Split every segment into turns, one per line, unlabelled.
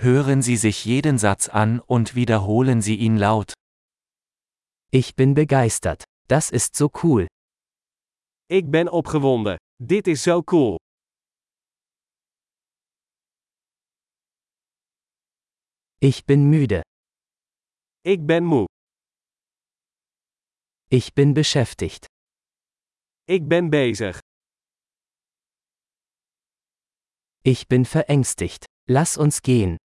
Hören Sie sich jeden Satz an und wiederholen Sie ihn laut.
Ich bin begeistert. Das ist so cool.
Ik ben opgewonden. Dit is zo cool.
Ich bin müde.
Ik ben moe.
Ich bin beschäftigt.
Ik ben bezig.
Ich bin verängstigt. Lass uns gehen.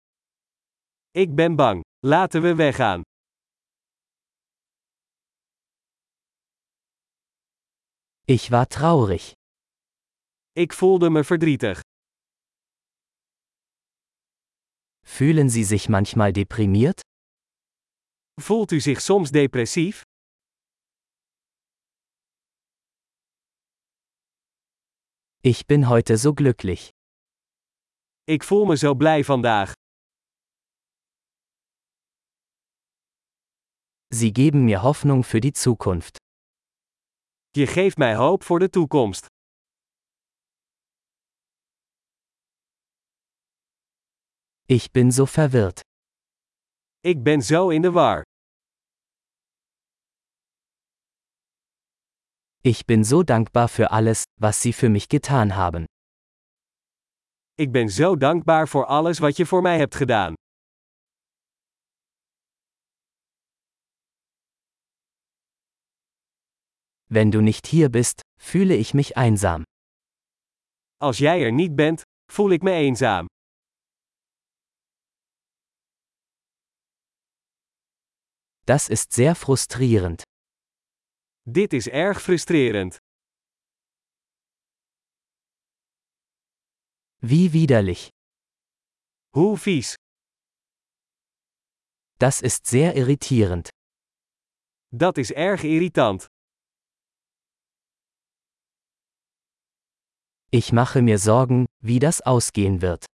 Ik ben bang. Laten we weggaan.
Ich war traurig.
Ik voelde me verdrietig.
Fühlen Sie sich manchmal deprimiert?
Voelt u zich soms depressief?
Ich bin heute so glücklich.
Ik voel me zo blij vandaag.
Sie geben mir Hoffnung für die Zukunft.
Je geeft mij hoop voor de toekomst.
Ich bin so verwirrt.
Ik ben zo in de war.
Ich bin so dankbar für alles, was Sie für mich getan haben.
Ik ben zo dankbaar voor alles wat je voor mij hebt gedaan.
Wenn du nicht hier bist, fühle ich mich einsam.
Als jij er niet bent, voel ik me eenzaam.
Das ist sehr frustrierend.
Dit is erg frustrerend.
Wie widerlich.
Hoe vies.
Das ist sehr irritierend.
Dat is erg irritant.
Ich mache mir Sorgen, wie das ausgehen wird.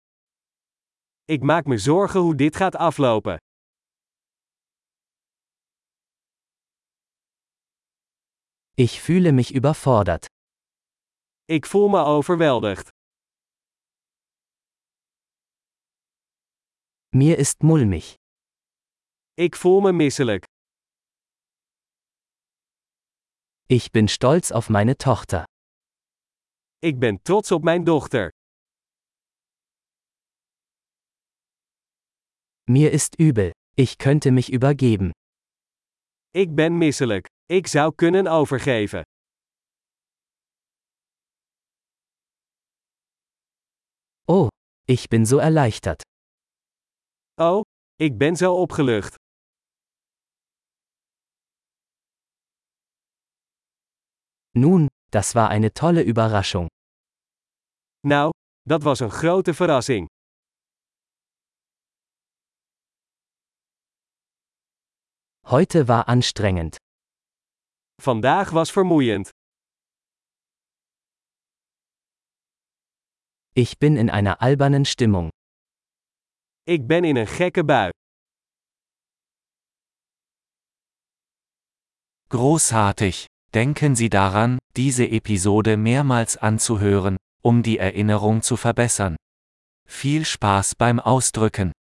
Ik maak me zorgen hoe dit gaat aflopen.
Ich fühle mich überfordert.
Ik voel me overweldigd.
Mir ist mulmig.
Ik voel me misselijk.
Ich bin stolz auf meine Tochter.
Ik ben trots op mijn dochter.
Mir ist übel. Ich könnte mich übergeben.
Ik ben misselijk. Ik zou kunnen overgeven.
Oh, ich bin so erleichtert.
Oh, ik ben zo opgelucht.
Nun, das war eine tolle Überraschung.
Nou, dat was een grote verrassing.
Heute war anstrengend.
Vandaag was vermoeiend.
Ich bin in einer albernen Stimmung.
Ik ben in een gekke bui.
Großartig! Denken Sie daran, diese Episode mehrmals anzuhören, um die Erinnerung zu verbessern. Viel Spaß beim Ausdrücken!